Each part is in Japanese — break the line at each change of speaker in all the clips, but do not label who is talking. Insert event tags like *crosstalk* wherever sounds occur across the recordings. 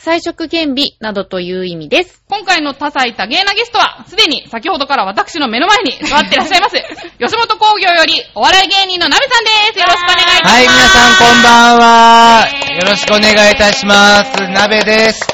彩色兼美などという意味です。
今回の多彩多芸なゲストは、すでに先ほどから私の目の前に座っていらっしゃい *laughs* ます。吉本興業よりお笑い芸人のなべさんです。よろしくお願いいたします。
はい、皆さんこん
ん。
ばんは
イェー。イ
よろしくお願いいたします。鍋
*laughs*
です。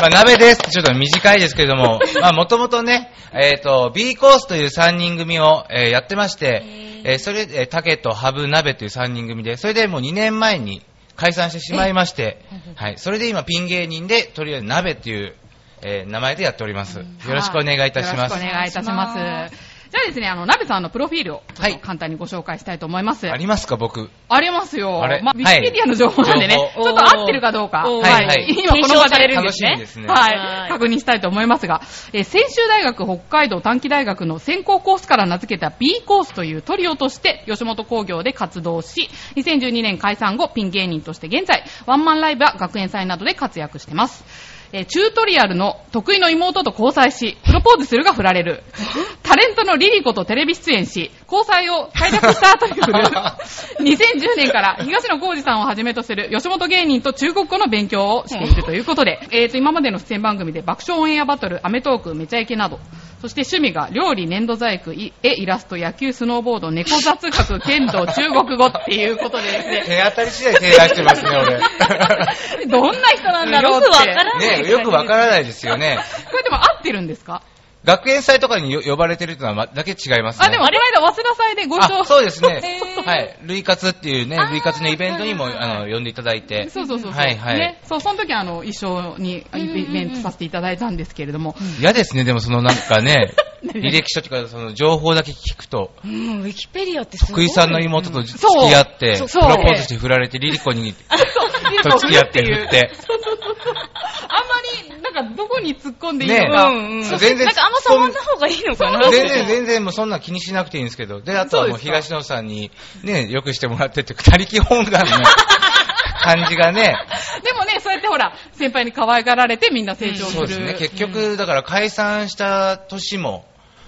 まあ、鍋ですってちょっと短いですけれども、まあ、もともとね、えっ、と、B コースという3人組を、えーやってまして、えーそれで、えー竹とハブ鍋という3人組で、それでもう2年前に解散してしまいまして、はい、それで今ピン芸人で、とりあえず鍋という、えー名前でやっております。よろしくお願いいたします
よろ。しくお願いいたします。じゃあですね、あの、なべさんのプロフィールを、ちょっと簡単にご紹介したいと思います。
ありますか、僕。
ありますよ。
あれ
まあ、
は
ウ
い
ィキペディアの情報なんでね、
情
ちょっと合ってるかどうか、
おー
はいはい
今この場
検証されるん
で
で
楽
す
し
ね
みですね。
は、
はいい
確認したいと思いますが、えー、専修大学北海道短期大学の専攻コースから名付けた B コースというトリオとして吉本興業で活動し、2012年解散後ピン芸人として現在、ワンマンライブや学園祭などで活躍してます。えーチュートリアルの得意の妹と交際し、プロポーズするが振られ
*laughs*
る。タレントのリリコとテレビ出演し、交際を快諾したと *laughs* いう2010年から東野幸治さんをはじめとする吉本芸人と中国語の勉強をしているということ *laughs* で、えーと、今までの出演番組で爆笑オンエアバトル、アメトーク、めちゃイケなど、そして趣味が料理、粘土細工、い絵、イラスト、野球、スノーボード、猫雑学、剣道、中国語っていうことでですね、
手当たり次第手出してますね、
*laughs*
俺。
どんな人なんだろうっ
よくわ
て。
からない
ねよくわからないですよね。
これでも合ってるんですか
学園祭とかによ呼ばれてるというのはまだけ違いますね。
あ、でも、この間、早稲田祭でご一緒。
あそうで
*laughs*
すね。
えー
はい。類活っていうね、類活のイベントにも、あの、呼んでいただいて。
そうそうそうそう。
はいはい
ね。そう、その時あの、一緒にイベイベントさせていただいたんですけれども。
嫌ですね、でもそのなんかね、履歴書とか、その情報だけ聞くと、
うん、ウィキペディアってすごい。
福井さんの妹と付
そう
き合って、プ
そ
ロ
う
ポ
そう
ーズして振られて、リリコに、と付き合って振って。
あんまり、なんか、どこに突っ込んでいい
ね
の
う
か。
んうん。
全然
なんかあんま触んない方がいいのかな。
全然、全然、もうそんな気にしなくていいんですけど。で、あとはも
そう
う
です
東野さんに、ね、よくしてもらってて、他力本願
*laughs*
の感じがね、
でもね、そうやってほら、先輩に可愛がられてみんな成長する。
そうですね。結局、だから解散した年も、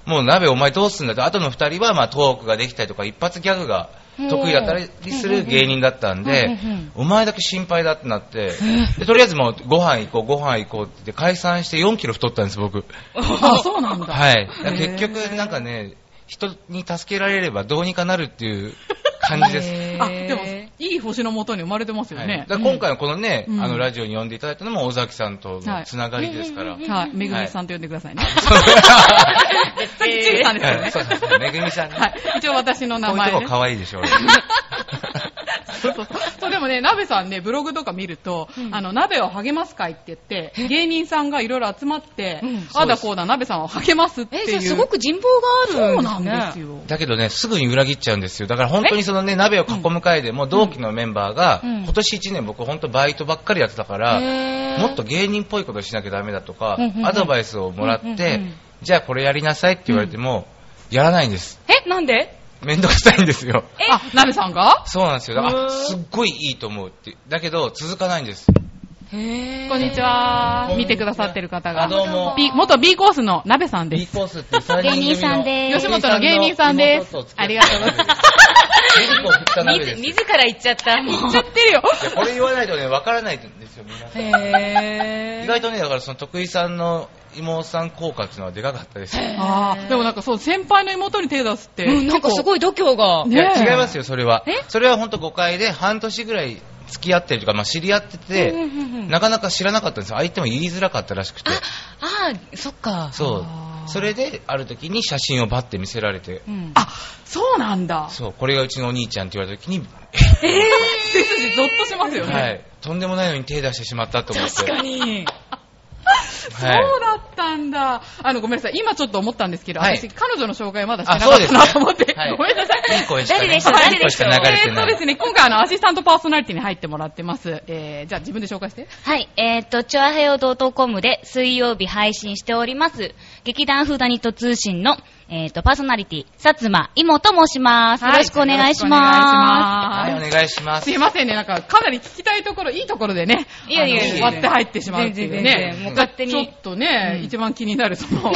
もう鍋お前どうすんだと、後の二人はまあトークができたりとか、一発ギャグが得意だったりする芸人だったんで、お前だけ心配だってなって、でとりあえずもうご飯行こう、ご飯行こうって言って解散して4キロ太ったんです、僕。
あ、そうなんだ。
はい。だから結局、なんかね、人に助けられればどうにかなるっていう感じです。
あ、でも、いい星のもとに生まれてますよ
はい
ね。
だから今回のこのね、
うん
あのラジオに呼んでいただいたのも尾崎さんとのつながりですから。
*laughs* はい。めぐみさんと呼んでくださいね。 *laughs* さっきちりさんですよ
はい
ね。
そうそうそうめぐみさんね。
はい。一応私の名
こういう *laughs*
前
と
で
こ
す。
可愛いでしょ、俺。
そうそうそう *laughs* そうでもね、鍋さんね、ブログとか見ると、あの、鍋を励ます会って言って、芸人さんがいろいろ集まって、
うん
あだこうだ、鍋さんを励ますっていう。
え、じゃあすごく人望があ
そ
る
うんなんです
ね。
よ。
だけどね、すぐに裏切っちゃうんですよ。だから本当にそのね、鍋を囲む会でも同期のメンバーが、
うん
今年1年僕本当バイトばっかりやってたから、
へー
もっと芸人っぽいことしなきゃダメだとか
うんうんう、ん
アドバイスをもら
うん
っ
うんう
て
ん、
じゃあこれやりなさいって言われても、やらないんです。
え、なんで
めんどくさいんですよ。
あ、鍋さんが
そうなんですよ。だから
う
あ
ん
すっごいいいと思うって。だけど、続かないんです。
へー
こんにち。は。見てくださってる方
あ、どう
が。
も。
B 元 B コースの鍋さんで
B
す。
コースって3人組の
芸人さんで
吉本の芸人さんです。ありがとうございます。
リリコを振った鍋 *laughs* です。
自自ら言っちゃった。
*laughs*
言っちゃってるよ。
いやこれ言わないとね、わからないんですよ、皆さん。
へー
意外とね、だからその徳井さんの妹さん効果っていうのはでかかったですよ。
あーでもなんかそう、先輩の妹に手出すって。
うん、なんかすごい度胸が。
い
ね
や、
え
違いますよ、それは
え。
それは本当誤解で、半年ぐらい付き合ってるとか、まあ知り合ってて、なかなか知らなかったんですよ。相手も言いづらかったらしくて。
あー、そっか。
そう
あ。ー
それで、ある時に写真をバッて見せられて、
うん
あ、そうなんだ。
そう、これがうちのお兄ちゃんって言われた時に、
背筋ゾッとしますよね。
はい、とんでもないのに手出してしまったと思って。
確かに。
はい
そうだったんだ。あの、ごめんなさい。今ちょっと思ったんですけど、
はい
私、彼女の紹介まだしてな
あ、
か
そう
った
ですね
なと思って。
はい
ごめんなさい。
いい声したね。
誰でしょう誰でしょう
いい声した流れ
え
て
ーっと
な
で
い
す。ね、今回あの、アシスタントパーソナリティに入ってもらってます。えー、じゃあ自分で紹介して。
はい、えっ、と、チョアヘヨ .com で水曜日配信しております。劇団フーダニット通信の、えっ、と、パーソナリティ、薩摩いもと申します。よろしくお願いします。
はい、お
す。
願いします
す。いませんね、なんか、かなり聞きたいところ、いいところでね、
いやいや
あの
いやいや
割って入ってしまうって
全
いう
然
ね
全。然。もう勝手
ち
に。
ょっとね、
うん
一番気になる、その、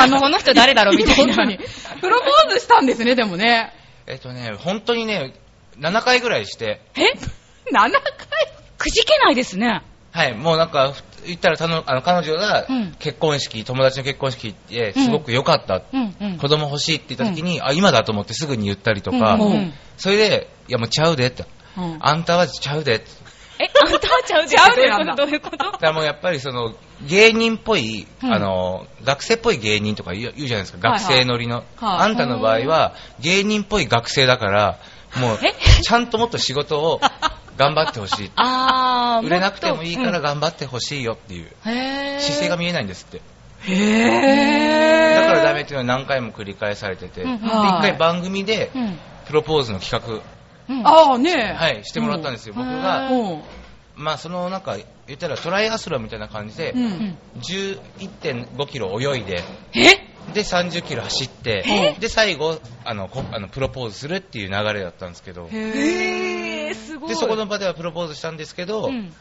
あのこの人誰だろ
*laughs*
うみたい
*laughs*
な
本当にプロポーズしたんですね、でもね。
えっとね、本当にね、7回ぐらいして、 *laughs*
え ?7 回
くじけないですね。
はい、もうなんか、言ったらたのあの彼女が
うん
結婚式、友達の結婚式行って、すごく良かった、
うんうん。
子供欲しいって言った時に、あ、今だと思ってすぐに言ったりとか、
うんうん
それで、いやもうちゃうでって、
うん
あんたはちゃうでって。
え、あんたはちゃう
ちゃうでなんだ
どういうことどういうこ
だからもうやっぱりその、芸人っぽい、
うん。
あの、学生っぽい芸人とか言う言うじゃないですか、
はいは
学
い
生乗りの。
はい
あんたの場合は、芸人っぽい学生だから、もう、ちゃんともっと仕事を頑張ってほしい
*laughs* あー、
売れなくてもいいから
っ
頑張ってほしいよっていう
へぇ
姿勢が見えないんですって。
へ
だ
ー。
からダメっていうのは何回も繰り返されてて、
う
で
ん
一
はい
回番組で
と、うん
プロポーズの企
うん
ああ、ね
画、はい、してもらったんですよ。僕が、
うん。
まあそのなんか、言ったらトライアスロンみたいな感じで
う、ん。
11.5キロ泳いで、
え
で30キロ走って、で最後あのこあのプロポーズするっていう流れだったんですけど、
へー。
すごい。
でそこの場ではプロポーズしたんですけど、
うん、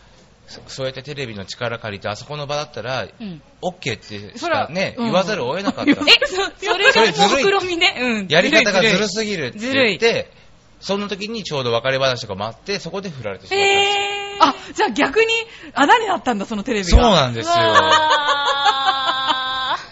そそうやってテレビの力借りてあそこの場だったら、
うん。
OK ってし
そら
かね、
うん
言わざるを得なかった。
え、そ、それ
それ
が
ず
も
るい
くろみね。うん。
やり方がずる
す
すぎるって
ずる
言
い
って、そんな時にちょうど別れ話とかもあって、そこで振られてしまったんですよ。
えー。
あ、じゃあ逆に穴になったんだ、そのテレビが。
そうなんですよ。
あ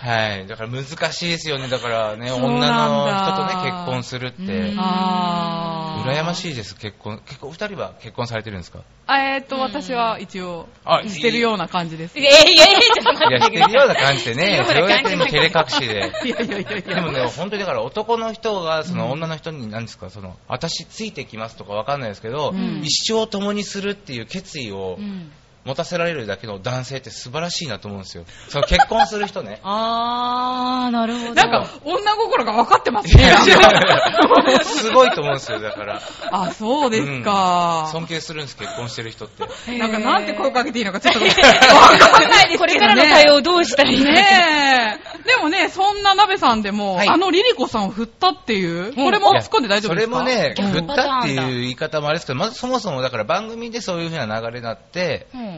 はい。だから難しいですよね。だからね、
そ
女
うなんだ
の人とね、結婚するって。
うん
あー。
羨ましいです、結婚。結構、お二人は結婚されてるんですか
えーっと、私は一応
あ、
してるような感じです。
え
い
いやいやいや、ちょっと待
いや、してるような感じでね、そうやって今、照れ隠しで。
やいやいやい
でも
や。
ね、本当にだから男の人が、その女の人に、何ですか、その、私ついてきますとかわかんないですけど、
うん
一生共にするっていう決意を
ん。
持たせられるだけの男性って素晴らしいなと思うんですよ。その結婚する
*laughs*
人ね
あー、なるほど。
なんか、女心が分かってます
い
ね
や。いや
*laughs*
いや *laughs* すごいと思うんですよ、だから。
あ、そうですか。
尊敬するんです、結婚してる人って。
なんか、なんて声かけていいのかちょっ
*laughs*
と分かんないですけどね。
これからの対応どうしたらいいね。
ねえ。でもね、そんな鍋さんでも、
はい
あのリリコさんを振ったっていう、これも突っ込んで大丈夫ですか
いやそれもね、
逆
振っ
パタ
たっ
ー
て
ン
い
だ
う言い方もあれですけど、まずそもそもだから番組でそういう風な流れになって、
うん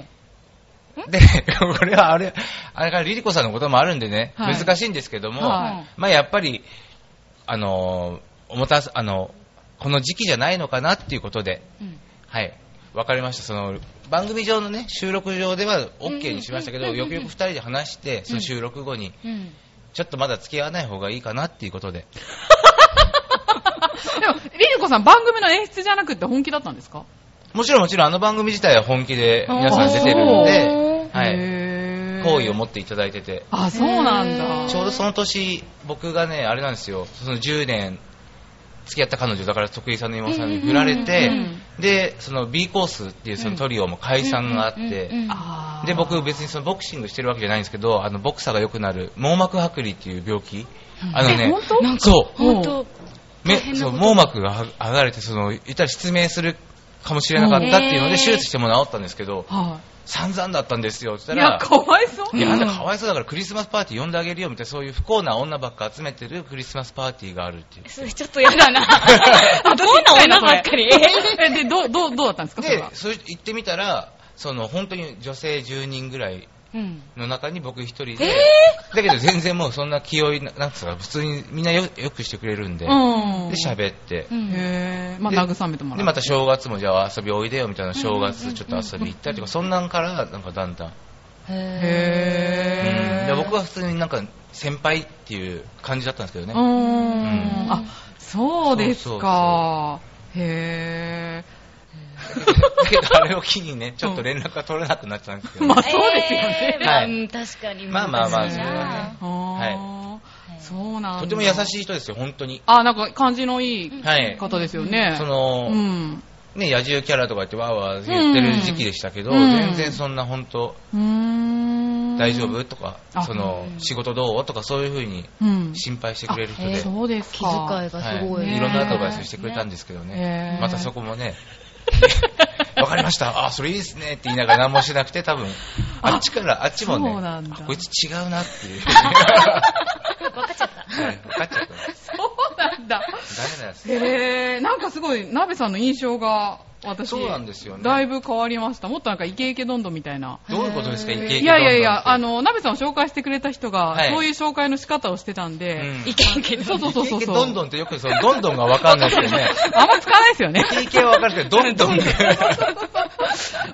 で、 *laughs* これはあれ、あれからリリコさんのこともあるんでね、
はい
難しいんですけども、
はい
まあやっぱり、あのー、おもたす、あの、この時期じゃないのかなっていうことで、
うん
はい、わかりました。その、番組上のね、収録上では OK にしましたけど、よくよく二人で話して、その収録後に、
うん。
ちょっとまだ付き合わない方がいいかなっていうことで、
でも、リリコさん番組の演出じゃなくて本気だったんですか
もちろんもちろんあの番組自体は本気で皆さん出てるんで、はい、
い
好意を持っていただいてて、
あ、そうなんだ。
ちょうどその年、僕がね、あれなんですよ、その10年付き合った彼女、だから徳井さんの妹さんに振られて、で、その B コースっていうそのトリオも解散があって、
あー
で、僕別にそのボクシングしてるわけじゃないんですけど、あの、ボクサーが良くなる網膜剥離っていう病気、あのね、そ
ほんと。
う、目、そう、網膜がは剥がれて、その、言ったら失明するかもしれなかったっていうの
うん
で、手術しても治ったんですけど、
は
散々だったんですよ、って
い。い
言
や、、
ったら
かわいそう。
いや、あんたかわいそうだからクリスマスパーティー呼んであげるよみたいな、そういう不幸な女ばっか集めてるクリスマスパーティーがあるっていう。
それちょっとやだな。あ、 *laughs* どんな女ばっかり。
え、で、どう、どう、どうだったんですかそれ
で
は、。
それ行ってみたら、その本当に女性10人ぐらい
うん。
の中に僕一人で、だけど全然もうそんな気負いな、なんつうか、普通にみんなよよくしてくれるんで、で
うん。
喋って、
うん
へーまあ、
で
慰めてもらう。
で、また正月もじゃあ遊びおいでよみたいな、正月ちょっと遊び行ったりとか、そんなんから、なんかだんだん。うん
へ
で
ー
僕は普通になんか先輩っていう感じだったんですけどね
うー。ん
ん
あ、そうですか。へ
だけどあれを機にね、ちょっと連絡が取れなくなっちゃうんですけ
ぇー。
ど。
*laughs* まあそうですよね。
まあ
はい
うん確かに。
まあまあまあ、それ
難しい
は
な
ね。
あーそうなんだ。
とても優しい人ですよ、本当に。
あ、なんか感じのいい
はい。
方ですよね。
そうの、
ん。
ね、野獣キャラとか言ってわーわー言ってる時期でしたけど、
うん
全然そんな本当、
うーん。
大丈夫とか
あ、
その、仕事どうとかそういうふうに
うん。
心配してくれる人
あへ
で、
ー
そうです
気
か。
遣いがすごい。
はい。いろんなアドバイスしてくれたんですけど
へ
ね *laughs*
ー、
またそこもね、わかりました、あ、それいいですねって言いながら何もしなくて、多分、あっちから、あっちもね
そうなんだ、
あこいつ違うなっ
*laughs*
ていう。分はい、
かっちゃった。
分かっちゃ
そ
った。
うなんだ。
ダメなやつ。
へえ、なんかすごい、鍋さんの印象が、私、
そうなんですよね
だいぶ変わりました。もっとなんかイケイケどんどんみたいな。
どういうことですか、イケイケ
いやいやいや、あ
の、
の、鍋さんを紹介してくれた人が、
はい
そういう紹介の仕方をしてたんで、
うん
いけんけど。
そうそうそうそう。
イケイケどんどんってよくその、どんどんが分かんないですよね。
あんま使わないですよね *laughs*
イ。ケイケは分かるけど、どんどんが。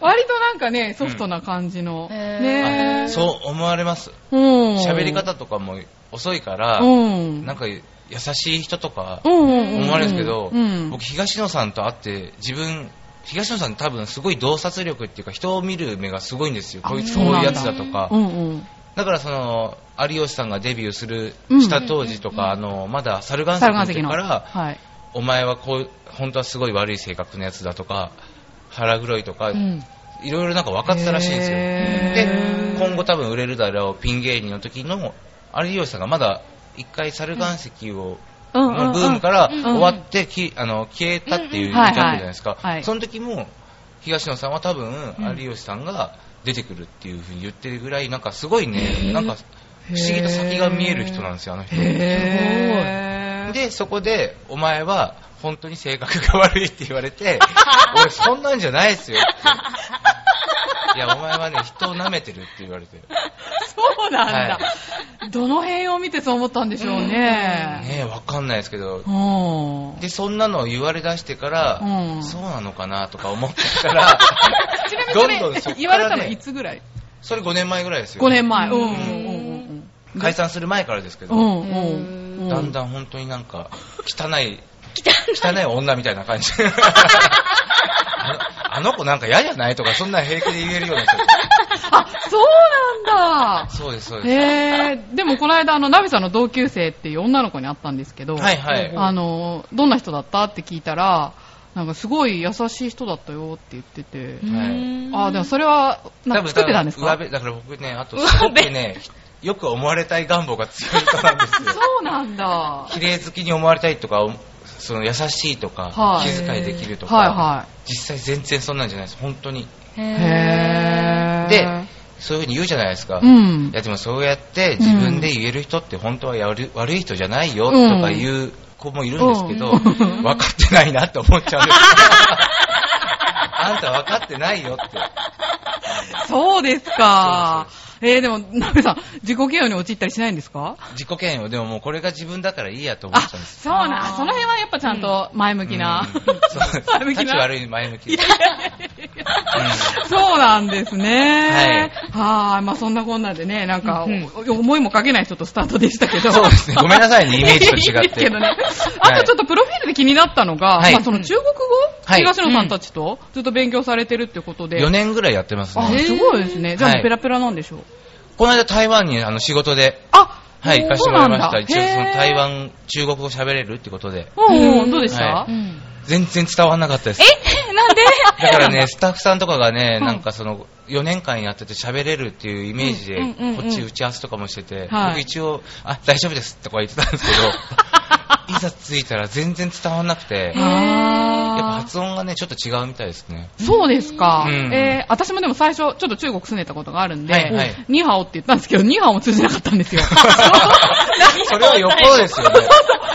割となんかね、ソフトな感じの。
うんへー
ねえ。
そう思われます。
うん。
喋り方とかも遅いから、
うん。
なんか優しい人とか
うんうんうんうん
思われるんですけど、
うん
僕東野さんと会って自分東野さん多分すごい洞察力っていうか人を見る目がすごいんですよこいつこういうやつだとか
う、んうん。
だからその有吉さんがデビューする
うん
した当時とか、あのまだ猿岩石
猿岩
の
石
時
の。
から
はい。
お前はこう本当はすごい悪い性格のやつだとか腹黒いとか、
うん。
いろいろなんか分かってたらしいんですよ。
へー
で、今後多分売れるだろうピン芸人の時の有吉さんがまだ一回猿岩石を、
うんうんうん
のブームから
ん
終わってき、あの消えたって
うん
いう時
うん
あったじゃないですか、
はいはいはい
その時も東野さんは多分
うん
有吉さんが出てくるっていうふうに言ってるぐらいなんかすごいね、なんか不思議と先が見える人なんですよ、あの人。
へー。
で、そこで、お前は本当に性格が悪いって言わ
*laughs*
れて、俺そんなんじゃないですよって。いや、お前はね、人を舐めてるって言われて。ね
そうなんだ、どの辺を見てそう思ったんでしょうね。
え、わかんないですけど
う。ん。
で、そんなのを言われ出してから、
うん
そうなのかなとか思ってたら、
*laughs* ちなみにそれ
どんどんそっからね
言われたのいつぐらい
それ5年前ぐらいですよ。
?5 年前。うんうんうんうん。
解散する前からですけ
う
ど、
んうん。
だんだん本当になんか、汚い、汚い女みたい
*laughs*
な感じ。あのあの子なんか嫌じゃないとか、そんな平気で言えるような人。
あ、そうなんだ
そうです、そうです。
へえ、でもこの間、あの、ナビさんの同級生っていう女の子に会ったんですけど、
はいはい。
あの、どんな人だったって聞いたら、なんかすごい優しい人だったよって言ってて、
はい。
あ、でもそれは、なんか作ってたんです
多
か
分だから上辺だから僕ね、あとすごくね、よく思われたい願望が強い人なんで
*laughs*
すよ。
そうなんだ。
綺麗好きに思われたいとか、その優しいとか、
はい
*laughs* 気遣いできるとか、
はいは
実際全然そんなんじゃないです、本当に。
い。へー。
で、そういうふうに言うじゃないですか。
う
い
ん。
やでもそうやって自分で言える人って本当はやる悪い人じゃないよとか言う子もいるんですけど、
うん
分かってないなって思っちゃうんです
*laughs*
あんた分かってないよって。
*laughs* そうですか。えー、でも、ナベさん、自己嫌悪に陥ったりしないんですか
自己嫌悪でももうこれが自分だからいいやと思
あ、
っちゃうんです
そうなん。その辺はやっぱちゃんと前向きな。 *laughs*
そう
前向き
立ち
な。
悪い前向きです
そうなんですね。はい。まあそんなこんなでね、なんか、お思いもかけない人とスタートでしたけど。
そうですね。ごめんなさいね、イメージと違
い *laughs* いで
っ
す
て。
けどね。あとちょっとプロフィールで気になったのが、
はい
まあその中国語、
はい
東野さんたちとずっと勉強されてるってことで。
4年ぐらいやってます
あ、
ね。
すごいですね。じゃあも
は
う
い
ペラペラなんでしょう。
この間台湾にあの仕事で、
あ、
はい、行かせてもらいました。一
そう
応
なん
その
だ
台。湾、中国語喋れるってことで、
へーうんうん、どうでした、
は
う
い
ん。
全然伝わらなかったです。
えなんで
だからね、スタッフさんとかがね、なんかその、4年間やってて喋れるっていうイメージで、
うんうんうんうん
こっち打ち合わせとかもしてて、
はい
僕一応、あ、大丈夫ですとか言ってたんですけど、いざ着いたら全然伝わらなくて、やっ
あー
ぱ発音がね、ちょっと違うみたいですね。
そうですか。
うん
えー、私もでも最初、ちょっと中国住んでたことがあるんで、
はいはい
ニーハオって言ったんですけど、ニーハオも通じなかったんですよ。
*laughs* それはよっぽどですよね。
*laughs*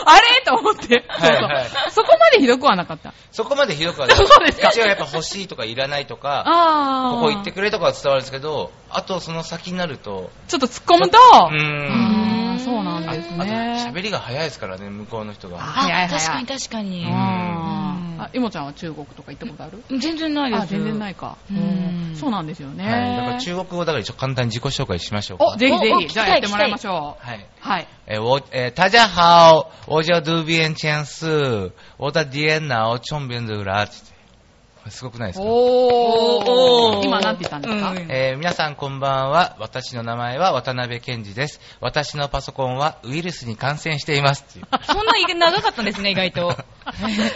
あれと思って、
はいはい
そうそう。そこまでひどくはなかった。
そこまでひどくはない。
そうですか
一応やっぱ欲しいとかいらないとか、
あー
ここ行ってくれとかは伝わるんですけど、あとその先になると、
ちょっと突っ込むと、
うーん。
あーそうなん
ああ
で
と
すね。
喋りが早いですからね、向こうの人が。
早い
あ、
早い
確かに確かに。
あ
う
ー
ん
あ、いもちゃんは中国とか行ったことある
全然ないです。
あ、全然ないか。
うん
うんそうなんですよね。
はい。だから中国語だから一応簡単に自己紹介しましょう
お、
か。
ぜひぜ
おお聞
ひ、
き
じ
た
ゃ
い
あやってもらいましょう。
はい。
はい。
えー、我えー大家好，我叫渡边谦四，我的电脑上面的垃圾。これすごくないですか？
お
お
ー。
ー
今なんて言ったんですか、
うん
*laughs* えー皆さんこんばんは。私の名前は渡辺健二です。私のパソコンはウイルスに感染していますっていう。
そんな長かったんですね、意外
*laughs*
と。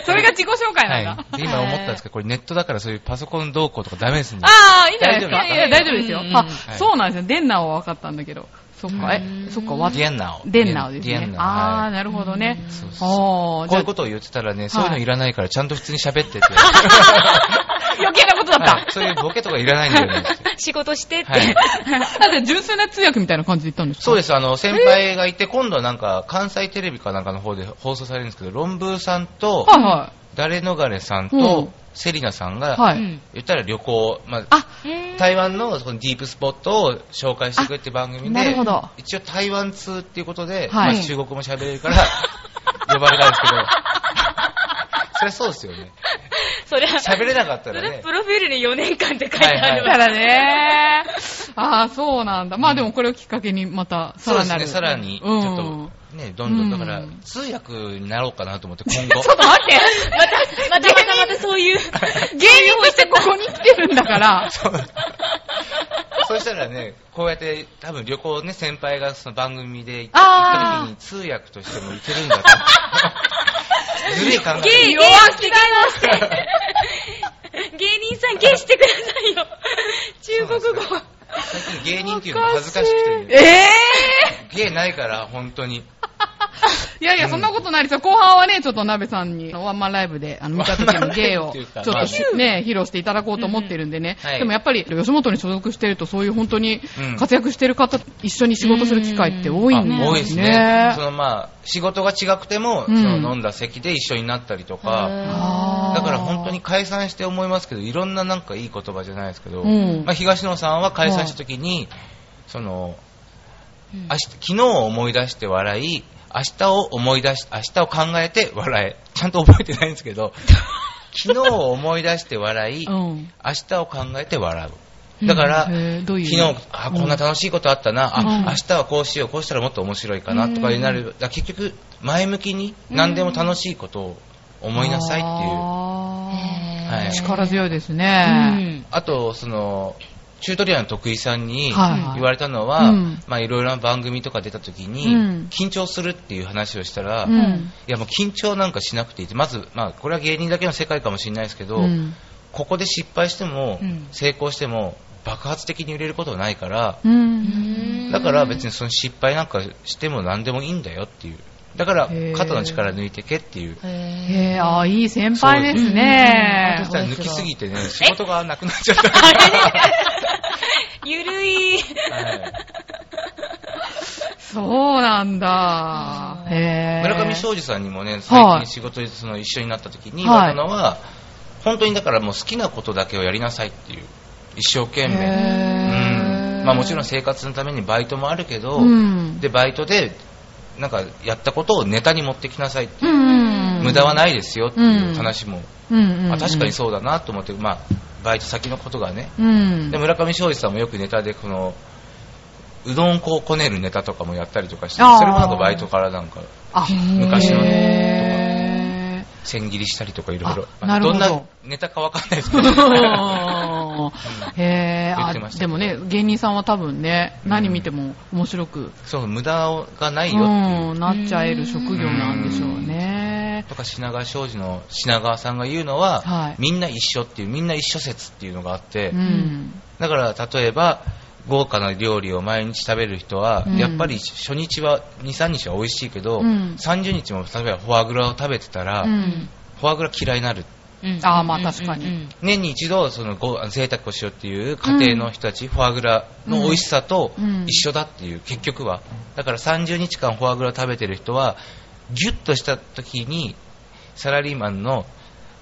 それが自己紹介なんだ。
はい。で今思ったんですけど、これネットだからそういうパソコン動向とかダメですね。
ああ、いいんじゃないですか。
大丈夫ですか
いやいや大丈夫ですよ。
うん
あ、
い
そうなんですね。デンナーは分かったんだけど。そっか、え、そっか、わ
ディエンナオ。
デンナーです
ディエン
ね。
ナオ
あ
は
あ、
い
なるほどね。
そうそう
おー、
こ
じ
う
ゃ
い
あ *laughs*
うことを言ってたらね、そういうのいらないからちゃんと普通に喋ってって。
余計なことだった。
はいそういうボケとかいらないんだよね。
仕事してって。
*laughs*
はい。
だって純粋な通訳みたいな感じで言ったんですか。
そうですす、あの、先輩がいて、今度はなんか、関西テレビかなんかの方で放送されるんですけど、論文さんと、
はいは
誰逃れさん
うん
と、セリナさんが、
い。は
う
い。
ん
言ったら旅行、まあ、
あ、
台湾のそのディープスポットを紹介してくれって番組で、
なるほど。
一応台湾通っていうことで、
はい
まあ中国語も喋れるから、
*laughs*
呼ばれたんですけど、そりゃそうですよね。
それは、
喋れなかった
そ
ら
れ
ね
プ、ロフィールに4年間って書いてあ
はい
る
は
だか
わ。
らねああ、そうなんだ。まあでもこれをきっかけにまた、さ
そう
ら
です
なる。
ね、さらに、ち
うん
ょっと、ね、どんどん、だから
う、ん
通訳になろうかなと思って、今
*laughs*
後。
ちょっと待って
またまたまたそういう。
芸人としてここに来てるんだから。
そうそうしたらね、こうやって多分旅行ね、先輩がその番組で行っ
あー
た時に通訳としても行ける
*laughs*
んだと。ずるい考え。
芸、芸をして、芸をして。芸人さん芸してくださいよ。中国語。
最近芸人っていうのが恥ずかしくて、
ええ
芸ないから、本当に。
いやいや、そんなことないですよ。後半はね、ちょっと鍋さんにワンマンライブで、
*laughs*
あの、見た時の芸を、
ワンマンライブっていう
ちょ
か
っと
まあ
ね、披露していただこうと思ってるんでね
うんは。い
でもやっぱり、吉本に所属してると、そういう本当に
うん
活躍してる方、一緒に仕事する機会って多いんです
あ
ね。
多いですね。そのまあ、仕事が違くても、
うん
その飲んだ席で一緒になったりとか、
あー
だから本当に解散して思いますけど、いろんななんかいい言葉じゃないですけど、
うん
まあ、東野さんは解散した時に、その、明日昨日を思い出して笑い、明日を思い出し、明日を考えて笑え。ちゃんと覚えてないんです
*laughs*
けど、昨日を思い出して笑い、明
うん。
日を考えて笑う。だから、
へーどういう
昨日、あ、こんな楽しいことあったな、
うん
あ、明日はこうしよう、こうしたらもっと面白いかなとかになる。だから結局、前向きに何でも楽しいことを思いなさいってい
あ
う。は
ー
い
力強いです
う
ね。
ん。
あと、その、チュートリアルの徳井さんに
はいはい
言われたのは、
うん
まあいろいろな番組とか出た時
うん
に、緊張するっていう話をしたら、
う
い
ん。
やもう緊張なんかしなくていいって、まず、まあこれは芸人だけの世界かもしれないですけど、
うん
ここで失敗しても、
うん
成功しても、爆発的に売れることはないから、
うん。
だから別にその失敗なんかしても何でもいいんだよっていう。だから
へー
肩の力抜いてけっていう。
へえ、あーいい先輩ですね
そ。したら抜きすぎてね、仕事がなくなっちゃった。
ゆるい。
はい
そうなんだ。へえ。
村上
翔
昌司さんにもね、最近仕事でその一緒になった時に言われたのは、本当にだからもう好きなことだけをやりなさいっていう。一生懸命。うん。まあもちろん生活のためにバイトもあるけど、
うん。
で、バイトで、なんかやったことをネタに持ってきなさい。
うん。。
無駄はいないですよっていう話も
うんうん。
あ確かにそうだなと思って、まあ、バイト先のことがね、
う。うん。
で村上昌司さんもよくネタでこのうどん粉をこねるネタとかもやったりとかして
あー
それもなんかバイトからなんか
あ、
昔の
へー
千切りしたりとかいろいろ
あなるほど
どんなネタかわかんない
*laughs*
ですけど *laughs*
へえ、
言
あ
ってました
でもね、芸人さんは多分ね、何見ても面白く、
そう無駄がないよっていう
うん、なっちゃえる職業なんでしょうね。
とか品川庄司の品川さんが言うのは、
はい
みんな一緒っていうみんな一緒説っていうのがあって、
うん。
だから例えば豪華な料理を毎日食べる人は、
うん
やっぱり初日は23日は美味しいけど、
うん
30日も例えばフォアグラを食べてたら、
うん。
フォアグラ嫌いになる
うん
あーまあ確かに
うんうん
年に一度そのご贅沢をしようっていう家庭の人たち、フォアグラの美味しさと
うん
一緒だっていう、結局はだから30日間フォアグラを食べてる人はギュッとした時にサラリーマンの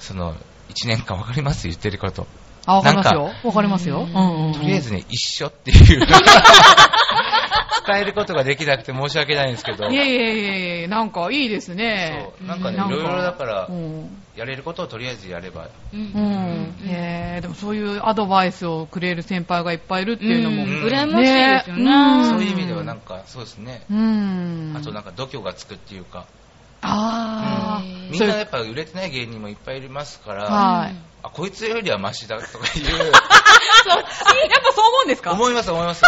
その1年間わかります言ってること
あ、わかりますよ
なん。
わかりますよ。うんうんうん。
とりあえずね、一緒っていう。伝えることができなくて申し訳ないんですけど。
いやいやいやいや、なんかいいですね。
そうなんかね、い
なんか
ろいろだから
う、ん。
やれることをとりあえずやれば。
うん
う
うん
ん。へえ、でもそういうアドバイスをくれる先輩がいっぱいいるっていうのも。
ん
羨ましいですよね。
ねうん
そういう意味ではなんか、そうですね。
うん。
あとなんか度胸がつくっていうか、
あー
みんなやっぱ売れてない芸人もいっぱいいますから、
はい。
あ、こいつよりはマシだとかいう、
やっぱそう思うんです *laughs* か
思います思います。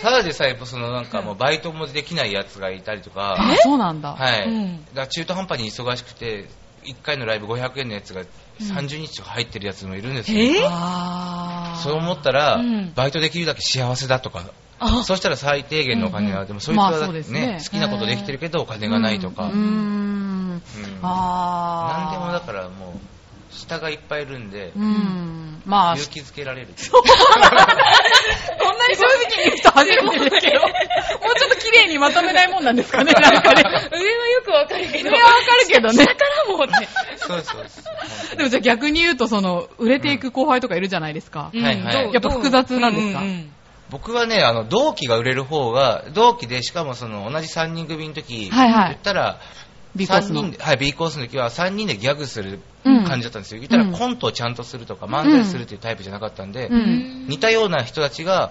ただでさえ、そのなんかもうバイトもできないやつがいたりとか、
あそうなんだ。
はい、
うん
だから中途半端に忙しくて1回のライブ500円のやつが30日とか入ってるやつもいるんですよ、
あー
そう思ったら、
うん
バイトできるだけ幸せだとか
あ
そうしたら最低限のお金が、でもそいつ
まあ
は
そう
ね,、
ですね
好きなことできてるけどお金がないとか、
うーん。
うん
ああ。
何でもだからもう下がいっぱいいるんで、
うん。まあ、
勇気づけられる。
こんなに正直に言う人初めてですけど、 *laughs* もうちょっと綺麗にまとめないもんなんですか *laughs* ね、なんかね。
上はよくわかるけ
そ
ど。
れはわかるけどね。
からもね。
そうですそうです。
*laughs* でもじゃあ逆に言うと、その、売れていく後輩とかいるじゃないですか。
んはいはい
どう
やっぱ複雑なんですか
うんうん
僕はね、あの、同期が売れる方が、同期で、しかもその、同じ3人組の時、
はいはい
言ったら、
B コースの
三人で、はい、B コースの時は3人でギャグする
うん
感じだったんですよ。言った
うん
らコントをちゃんとするとか、漫才するっていうタイプじゃなかったんで、
う。
うんん
似たような人たちが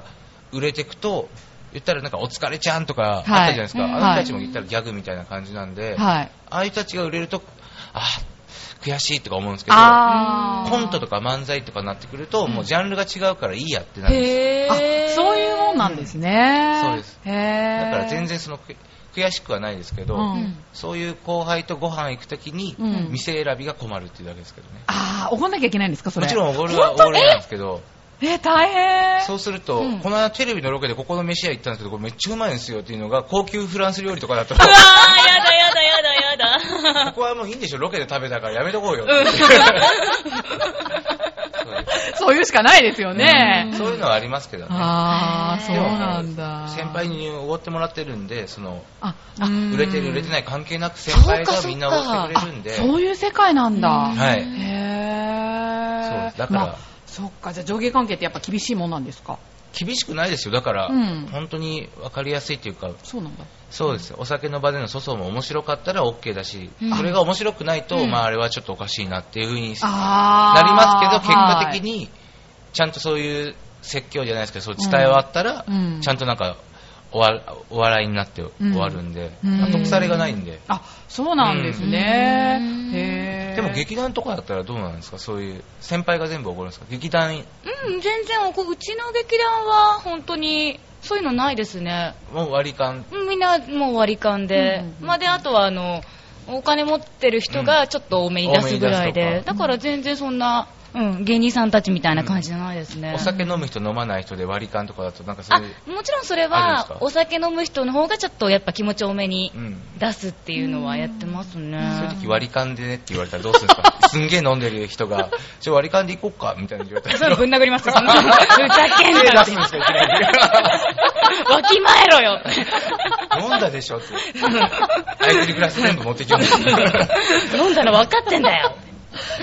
売れていくと、言ったらなんかお疲れちゃんとかあったじゃないですか。
はい
あの人たちも言ったらギャグみたいな感じなんで、あ
はい。
あいう人たちが売れると、あ、悔しいとか思うんですけど、
あー
コントとか漫才とかになってくると、もうジャンルが違うからいいやってなるんですよ
へ
あ
ー。
そういうもんなんですね。
そうです。
へ
だ
ー
から全然その悔悔しくはないですけど、
うん
そういう後輩とご飯行くときに、
うん
店選びが困るっていうだけですけどね。
ああ、怒んなきゃいけないんですか、それ。
もちろんおごるはおごるなんですけど、
え、大変。
そうすると、この間テレビのロケでここの飯屋行ったんですけど、これめっちゃうまいんですよっていうのが高級フランス料理とかだと、
*laughs*
こ
あー、やだやだやだやだ。
こはもういいんでしょ、ロケで食べたからやめとこうよって。
そういうしかないですよね。
そういうのはありますけどね。
ああ、
ね
そうなんだ。
先輩におごってもらってるんで、その、
あ、
売れてる売れて
い。
ない関係なく先
そ
輩
うか
が
そうか
みんなおごってくれるんで、
そういう世界なんだ。
は
へ
い。
え。
そうですだから
まあそっか、じゃあ上下関係ってやっぱ厳しいもんなんですか。
厳しくないですよ。だから、
うん
本当に分かりやすいというか、
そうなんだ。
そうですよお酒の場での粗相も面白かったら OK だし、それが面白くないと、まあ、あれはちょっとおかしいなっていうふうにな
ああ。
りますけど、結果的
に。
にちゃんとそういう説教じゃないですけど、そう伝え終わったら、
うん
ちゃんとなんかおわお笑いになって終わるんで、
うん
まあ得されがないんで、
あ、そうなんですね。へえ。
でも劇団とかだったらどうなんですか、そういう先輩が全部怒るんですか、劇団
うん、全然、こううちの劇団は本当に、そういうのないですね。
も割り勘、
うんみんなもう割り勘で、
うんうんうん
まあで、あとはあの、お金持ってる人がちょっと多めに出すぐ
多
らい
めに
で
出す、と
だから全然そんな、うん、芸人さんたちみたいな感じじゃないですね。
お酒飲む人、飲まない人で割り勘とかだと、なんかそう
あ
いう、
もちろんそれ
あるんです
は
か、
お酒飲む人の方がちょっとやっぱ気持ち多めに
うん、
出すっていうのはやってます
そういう
ね。
時割り勘でねって言われたらどうするんですかすんげえ飲んでる人が、ちょ割り勘で行こっかみたいな状
*laughs*
態で。 *laughs*
それぶん殴りますよ、そんなふざけんな
手
よ
出すんですかいきな
わきまえろよ。
り飲んだでしょって。空いてるグラス全部持って
*laughs*
きます。
飲んだの分かってんだよ。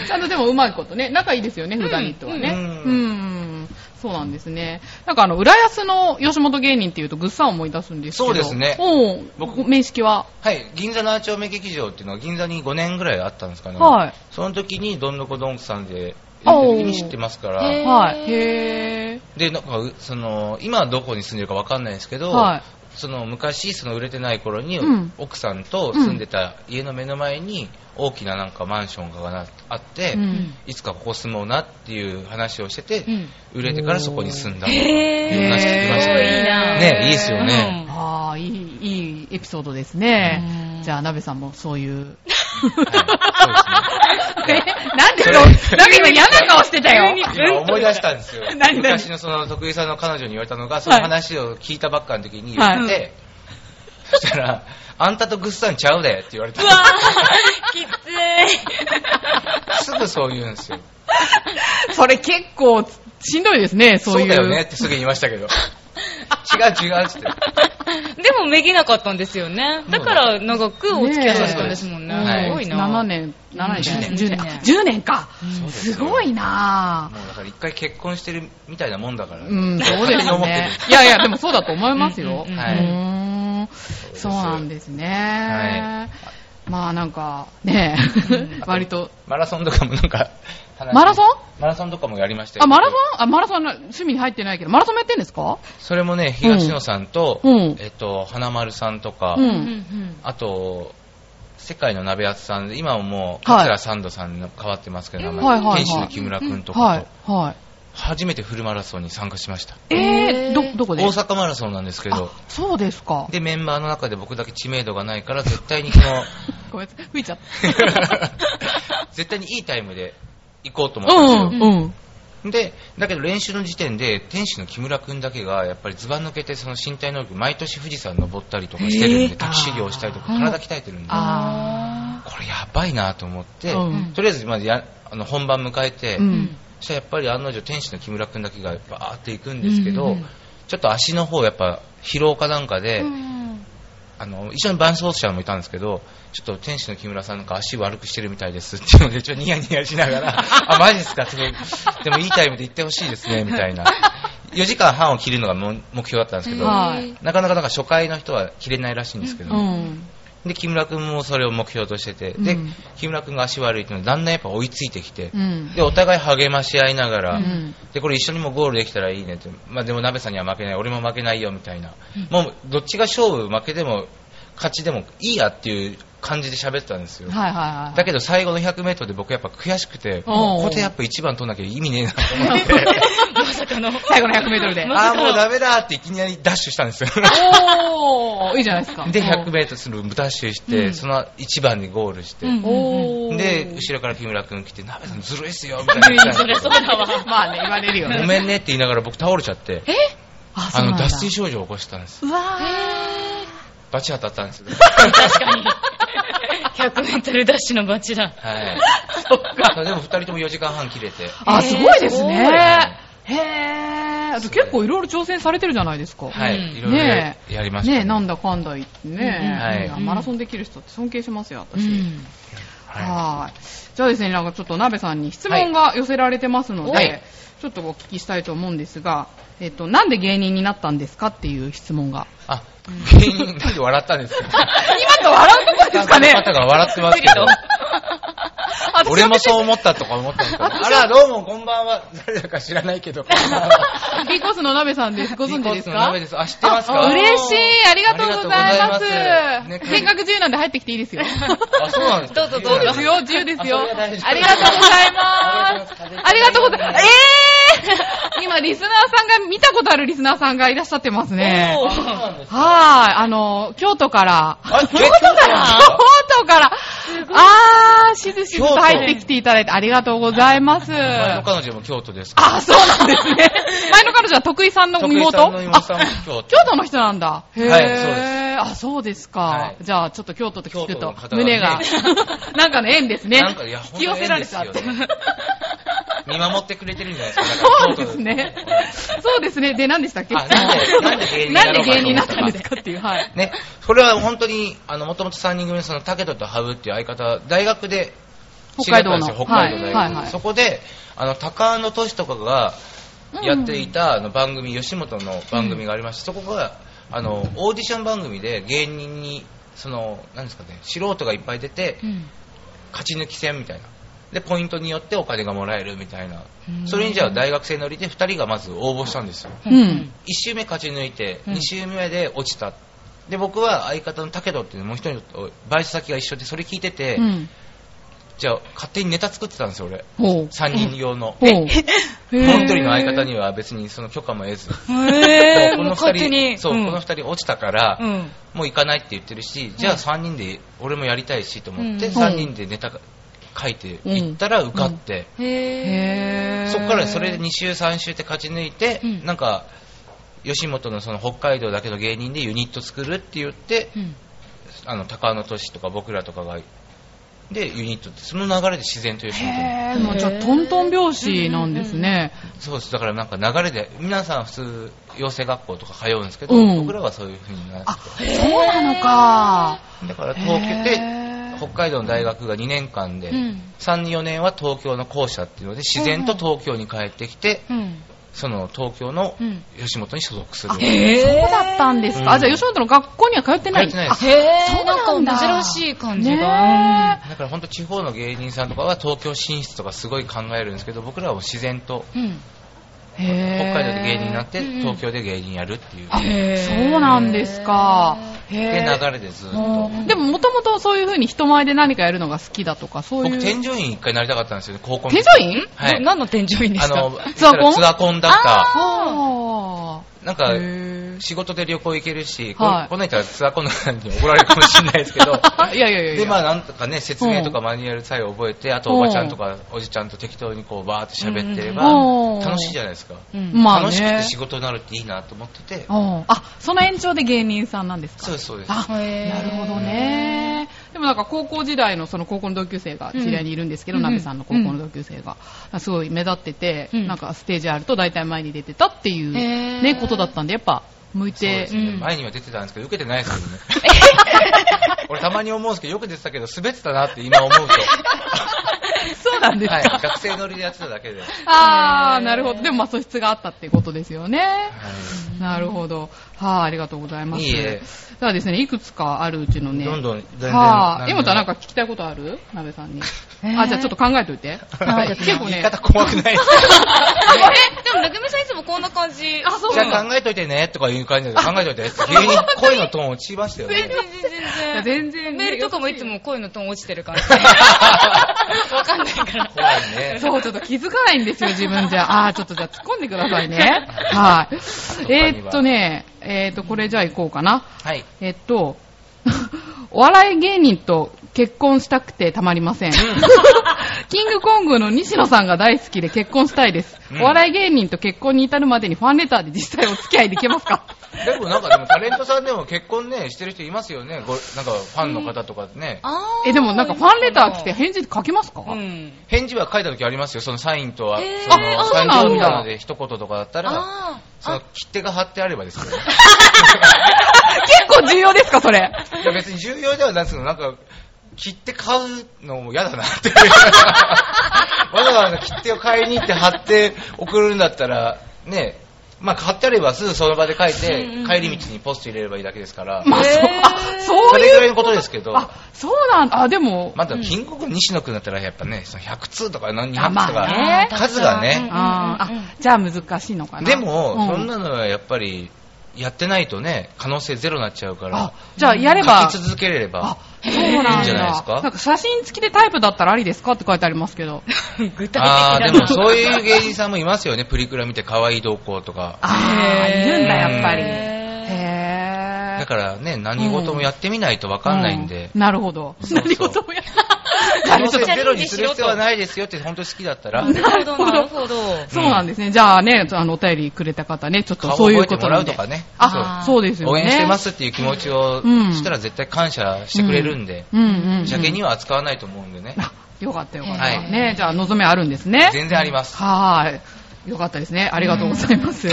ちゃんとでもうまいことね、仲いいですよね、普段とはね。う
うんん。
そうなんですね。なんかあの、浦安の吉本芸人っていうと、ぐっさん思い出すんですけど。
そうですね
おう
僕
面識は。
はい、銀座の丁目劇場っていうのは銀座に5年ぐらいあったんですかね。
はい
その時にどんどこどんこさんで、
あおー
時に知ってますから、
へー
はい。へ
で、なんか、その、今はどこに住んでるかわかんないですけ
ー。
ど、
はい。
その昔、その売れてない頃に、
うん
奥さんと住んでた家の目の前に大きななんかマンションがなあって、
うん
いつかここ住もうなっていう話をしてて、
うん
売れてからそこに住んだという話聞きました
へー
いいな
ねいいですよね。
ああ、いい、いいエピソードですね。じゃあ、なべさんもそういう。えなんでそう、なべさん嫌な顔してたよ。 *laughs*
そうですね今思い出したんですよ
何何
昔のその徳井さんの彼女に言われたのがその話を聞いたばっかの時に言って、
はい
そしたら「あんたとグッサンちゃ *laughs* うで」って言われて
うわ
*laughs*
ー、きつ
すぐそう言うんですよ
それ結構、しんどいですね、
そ
そうういう。
だよねってすぐ言いましたけ
*laughs*
ど違う違うっつって
でもめげなかったんですよね。だから長くお付き合いされたんですもんね。
ね
すご
え
すごい
い
な。
な。7年、7年じゃない、10
10
年
年
か。10年か。
そうです
す
よ
ごいなぁ。
もうだから一回結婚してるみたいなもんだから、
う
*laughs*
ん、そうです
勝手に思って
ね
る。
いやいや、でもそうだと思いますよ。
う
う
んう
うん
ん
ーんそうなんですね。まあなんか、ねえ、割と。
マラソンとかもなんか
*laughs*
話
マラソン
マラソンとかもやりましたよ
あ、マラソンあ、マラソンの趣味に入ってないけど、マラソンもやってんですか
それもね東野さんと、
うん
えっと花丸さんとか、
う。
うんうんん
あと世界の鍋厚さんで今はもう
はい
桂サンドさんの変わってますけど、名前
はいはいはい
天使の木村君とかと、
はい、は
初めてフルマラソンに参加しました
い。えー、ど、どこ
大
で
阪マラソンなんですけど
あそうですか。
でメンバーの中で僕だけ知名度がないから絶対に
*laughs*
その
ごめんなさい、吹いちゃった。
絶対にいいタイムで行こうと思ったんです
う
よ、
ん、うん。
で、だけど練習の時点で、天使の木村くんだけが、やっぱりずば抜けて、その身体能力、毎年富士山登ったりとかしてるんで、滝修行したりとか、体鍛えてるんで、こ
あ
れやばいなと思って、
うん
とりあえず、まあや、あの本番迎えて、
う
うんん。
そしたらやっぱり案の定天使の木村君だけがバーって行くんですけど、
うんうんうん
ちょっと足の方やっぱ疲労かなんかで、
うん
あの一緒に伴走者もいたんですけどちょっと天使の木村さんなんか足悪くしてるみたいですっていうのでちょっとニヤニヤしなが
*laughs*
らあマジですかすごいでもいいタイムで行ってほしいですねみたいな4時間半を切るのがも目標だったんですけど、
はい
なかなかなんか初回の人は切れないらしいんですけど、
うん。
で木村君もそれを目標としてて、で
うん
木村君が足悪いっていうのはだんだんやっぱ追いついてきて、
うん。
でお互い励まし合いながら、
うん
でこれ一緒にもゴールできたらいいねって、まあ、でも鍋さんには負けない俺も負けないよみたいな、もうどっちが勝負負けでも勝ちでもいいやっていう感じで喋ってたんですよ、
はいはいはい。
だけど最後の 100m で僕やっぱ悔しくて
おう
ここでやっぱ一番取んなきゃ意味ねえなと思って
まさかの最後の100メートル
*laughs*
で。 *laughs*
ああもうダメだっていきなりダッシュしたんですよ
おー、いいじゃないですか。
で 100m するダッシュして、
うん
その一番にゴールして、
うん
おー。
で後ろから木村君来て「鍋さんずるいっすよ」みたいな言ったんです
そ
よ
りゃそうだわ。まあね、言われるよ
ご
ね。
めんねって言いながら僕倒れちゃって
えあ、
あ
そうなん
の
だ
脱水症状を起こしたんです
うわ
バチ当たったんですよ
100メートルダッシュのバチラ。
はい
*laughs* そっか。
でも2人とも4時間半切れて
あ、すごいです
すごい
ね。へー。あと結構いろいろ挑戦されてるじゃないですか。
は
うん
いいろいろややりました
ねえ、なん
だ
だかんだ言って
はい
ね、
うん
マラソンできる人って尊敬しますよ、
う
私。
ん。
は
はい。じゃあですね、なんかちょっと鍋さんに質問が寄せられてますので、
はい
ちょっとお聞きしたいと思うんですが、えっと、なんで芸人になったんですかっていう質問が。
いあ芸人なんで笑った
*laughs*
んですか
今と笑うとこですかね
あなたが笑ってますけ
*laughs*
ど俺もそう思ったとか思ったんですけどあらどうもこんばんは誰だか知らないけど
B コースの鍋さんです。 *laughs* ご存知ですか
鍋ですあ知ってますか
あ嬉しいありがとうございます
ありがとうございますね
見学自由なんで入ってきていいですよ。
あそうな
*laughs*
んですか
どうぞ
そうですよ、自由ですよ。
あ
あ
それ
りが
は大
とうご
丈夫
ざいます。ありがとうございます。えー、今、リスナーさんが、見たことあるリスナーさんがいらっしゃってますね。
お
あそうなんですか
はーい、あの、京都から、
あえ京都から
京都から、あー、しずしずと入ってきていただいてありがとうございます。
前の彼女も京都ですか
あ、そうなんですね。 *laughs* 前の彼女は徳井さんの
徳井
妹
さんの妹さんも京
あ
都
京都の人なんだ。へぇー。
はいそうです
あ、そうですか。
はい
じゃあ、ちょっと京都と聞く
京都
と
の、方はね
胸が、 *laughs* なんかの縁ですね。
なんかいや
引き寄せられたって。
本当に縁ですよ見守ってくれてるんじゃないです
そ
か
う
だか
で
ら
すね。そうですね。で、何でしたっけ
あなん
*laughs*
で
なん
なん
で芸
で芸
人
人
に
に
な
な
っ
ったた
ん
ん
で
です
かっていう、
*laughs*
はい。
ね、それは本当に、あの、もともと3人組のその、竹人と羽生っていう相方、大学で知り合
北海
っ
道
た
の。
んですよ、北海道
は
大
い
学。
はいはい。
そこで、あの、高野都市とかがやっていた、あの、番組、吉本の番組がありまして、そこが、あの、オーディション番組で芸人に、その、なんですかね、素人がいっぱい出て、
うん
勝ち抜き戦みたいな。で、ポイントによってお金がもらえるみたいな
う。ん
それにじゃあ大学生乗りで2人がまず応募したんですよ。
うん。
1周目勝ち抜いて、
うん
2周目で落ちた。で、僕は相方の武戸っていうもう一人とバイト先が一緒で、それ聞いてて、
うん。
じゃあ勝手にネタ作ってたんですよ、俺。
ほう。
3人用
*laughs*
の。
ほう。もう
もう一人の相方には別にその許可も得ず。
へ
で
ぇー、
も
もう
この
勝手
二人、
に。
そう、
ん
この二人落ちたから、
うん。
もう行かないって言ってるし、じゃあ3人で、俺もやりたいしと思って、
うん
3人でネタ書いて行ったら受かって、
へぇ
へー。
そこからそれで2週3週って勝ち抜いて、
うん
なんか吉本のその北海道だけの芸人でユニット作るって言って、
うん
あの高野俊とか僕らとかがでユニットってその流れで自然と吉本に
へー。もうじゃあ、トントン拍子なんですね。
そうですだからなんか流れで皆さん普通養成学校とか通うんですけど、
うん
僕らはそういう風にな
あ
っ、
そうなのか。
てだから東京で
へー
北海道の大学が2年間で、
うん
34年は東京の校舎っていうので自然と東京に帰ってきて、
うん。
その東京の
うん
吉本に所属する、
そうだったんですか、
うん
あ、じゃあ吉本の学校には通ってない
通ってないです
あ
へ
そう
ぇー、な
なん
ん
だ
か珍しい感じが。
ね
だから本当地方の芸人さんとかは東京進出とかすごい考えるんですけど僕らはもう自然と
うんうん。
え。へ
北
ー
海道で芸人になって
うんうん
東京で芸人やるっていう、
あ、
へー
そうなんですか。へ
で
え。
流れでずっと、
うんでももともとそういう風に人前で何かやるのが好きだとか、そういう。
僕添乗員一回なりたかったんですよね高校の
添乗員
はい
な何の添乗員で
あ
すか
の
ツアーコン
ツアーコンだった
は
なん
あ
か
へー
仕事で旅行行けるし、
はい
ここの人はツアーコンの方に怒られるかもしれないですけ
*laughs*
ど
いやいやいやいや
でまあなんとかね説明とかマニュアルさえ覚えてあとおばちゃんとかおじちゃんと適当にこうバーって喋ってれば
うん
楽しいじゃないですか、
うん
まあね。
楽しくて仕事になるっていいなと思ってて
うんあ、その延長で芸人さんなんですか
そうですそうです
あ、
へー
なるほどね。でもなんか高校時代のその高校の同級生が知り合いにいるんですけど、
うん
なべさんの高校の同級生が、すごい目立ってて、
うん
なんかステージあると大体前に出てたっていう、
へー
ね、ことだったんで、やっぱ、向いて、
そうですね
うん
前には出てたんですけど、受けてな
*laughs*
いですけどね。俺たまに思うんですけど、よく出てたけど、滑ってたなって今思うと。
そうなん *laughs* ですか。
はい、学生乗りでやってただけで。はい
あー、なるほど。でも、まあ、素質があったってことですよね。なるほど。はい、ありがとうございます。
いいえ
さあですね、いくつかあるうちのね。
どんどん、全然。
は
あ
あ、今とはなんか聞きたいことあるなべさんに。あ、じゃあちょっと考えといて。
考えときます
結構
言い
ね。
方怖く
*laughs*
ないです
でも、なぐみさんいつもこんな感じ。
あ、そう
じ
なん
ゃあ
だ。
考えといてねとかいう感じで考えといて。急に声のトーン落ちましたよ
全
*laughs*
ね。
然全
いや
然。
全然。
メールとかもいつ
も。
も声のトーン落ちてる感じ。わかんないから。
怖いね。
*laughs* そう、ちょっと気づかないんですよ、自分じゃ。あーちょっとじゃあ突っ込んでください
*laughs*
ね。はい。えーっとね、えーっと、これじゃあ行こうかな。
はい。
えっと、 *laughs* お笑い芸人と結婚したくてたまりません。 *laughs* キングコングの西野さんが大好きで結婚したいです。
うん
お笑い芸人と結婚に至るまでにファンレターで実際お付き合いできます
*laughs*
か
でもなんかでもタレントさんでも結婚ね、してる人いますよね。ごなんかファンの方とかね。
あ
え、でもなんかファンレター来て返事書けますか、
うん。
返事は書いた時ありますよ。そのサインとは、
へー
そ
あ
の
そうなん
感
だ
情みたいなので一言とかだったら、
あ
その切手が貼ってあればですけ
*laughs*
どね。
結構重要ですか、それ。
いや別に重要ではないですけど、なんか、切って買うのも嫌だ
*laughs*
なって。わざわざ切手を買いに行って貼って送るんだったら、ね、まあ貼ってあればすぐその場で書いて、帰り道にポスト入れればいいだけですから、
*laughs* まあ、そう
へー
あ、
そ
そう
れぐ
い。
らいうのことですけど、
あ、そうなんだ。あ、でも、
まだ金国西野くんだったらやっぱね、その100通とか何
あ
200
ま
と
あ
か、
ね。
数がね、
あーあ、じゃあ難しいのかな。
でも、
う
そんなのはやっぱり、やってないとね、可能性ゼロになっちゃうか
あ
ら、、
じゃあやれば。
書き続けれれ
あ、、
ば
そうなんだ。
いいんじゃないです
ん
か
か写真付きでタイプだったらありですかって書いてありますけど。
具体的
ああー、
だ
でもそういう芸人さんもいますよね。プリクラ見て可愛い動向とか。
あー、いるんだ、やっぱり。
だ
へー。
からね、何事もやってみないとわかんないんで。
うなるほど。
そうそう
何事もや
可能
ちょ
性
っと
ゼロにする必要はないですよって本当好きだったら、
なるほど、なるほど。
そうなんですね。じゃあね、あの、お便りくれた方ね、ちょっと
顔
そ
を
ういう
覚えて
こと
もら
なん
うと
で。
かね。
あ、そうです
そ
よ
う
ね。
応援してますっていう気持ちを
うん
したら絶対感謝してくれるんで、
うんうんうん。
邪気には扱わないと思うんでね。
あ。よかったよかった。
はい
ね、じゃあ望みあるんですね。
全然あります。
はーい。よかったですね。ありがとうござい
*laughs*
ます。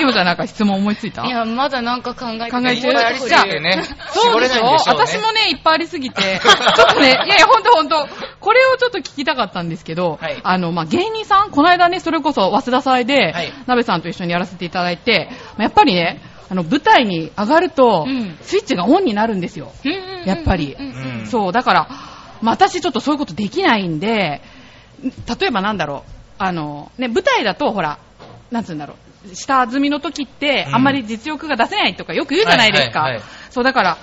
今じゃなんか質問思いついた
いや、まだなんか考えて
考え
いっぱいありすぎてね、
そ
絞
うで
れ
し
な
ょ
いんでしょうね。
私もね、いっぱいありすぎ
*laughs*
て、ちょっとね、いやいや、ほんとほんと、これをちょっと聞きたかったんですけど、
はい
あの、まあ、芸人さん、この間ね、それこそ、早稲田祭で、
はい
なべさんと一緒にやらせていただいて、まあやっぱりね、あの、舞台に上がると、
うん
スイッチがオンになるんですよ。やっぱり
うん
そう、だから、まあ私ちょっとそういうことできないんで、例えばなんだろう、あの、ね、舞台だとほら、なんつうんだろう、下積みの時って、
うん
あんまり実力が出せないとかよく言うじゃないですか。
はいはいはい
そう、だから、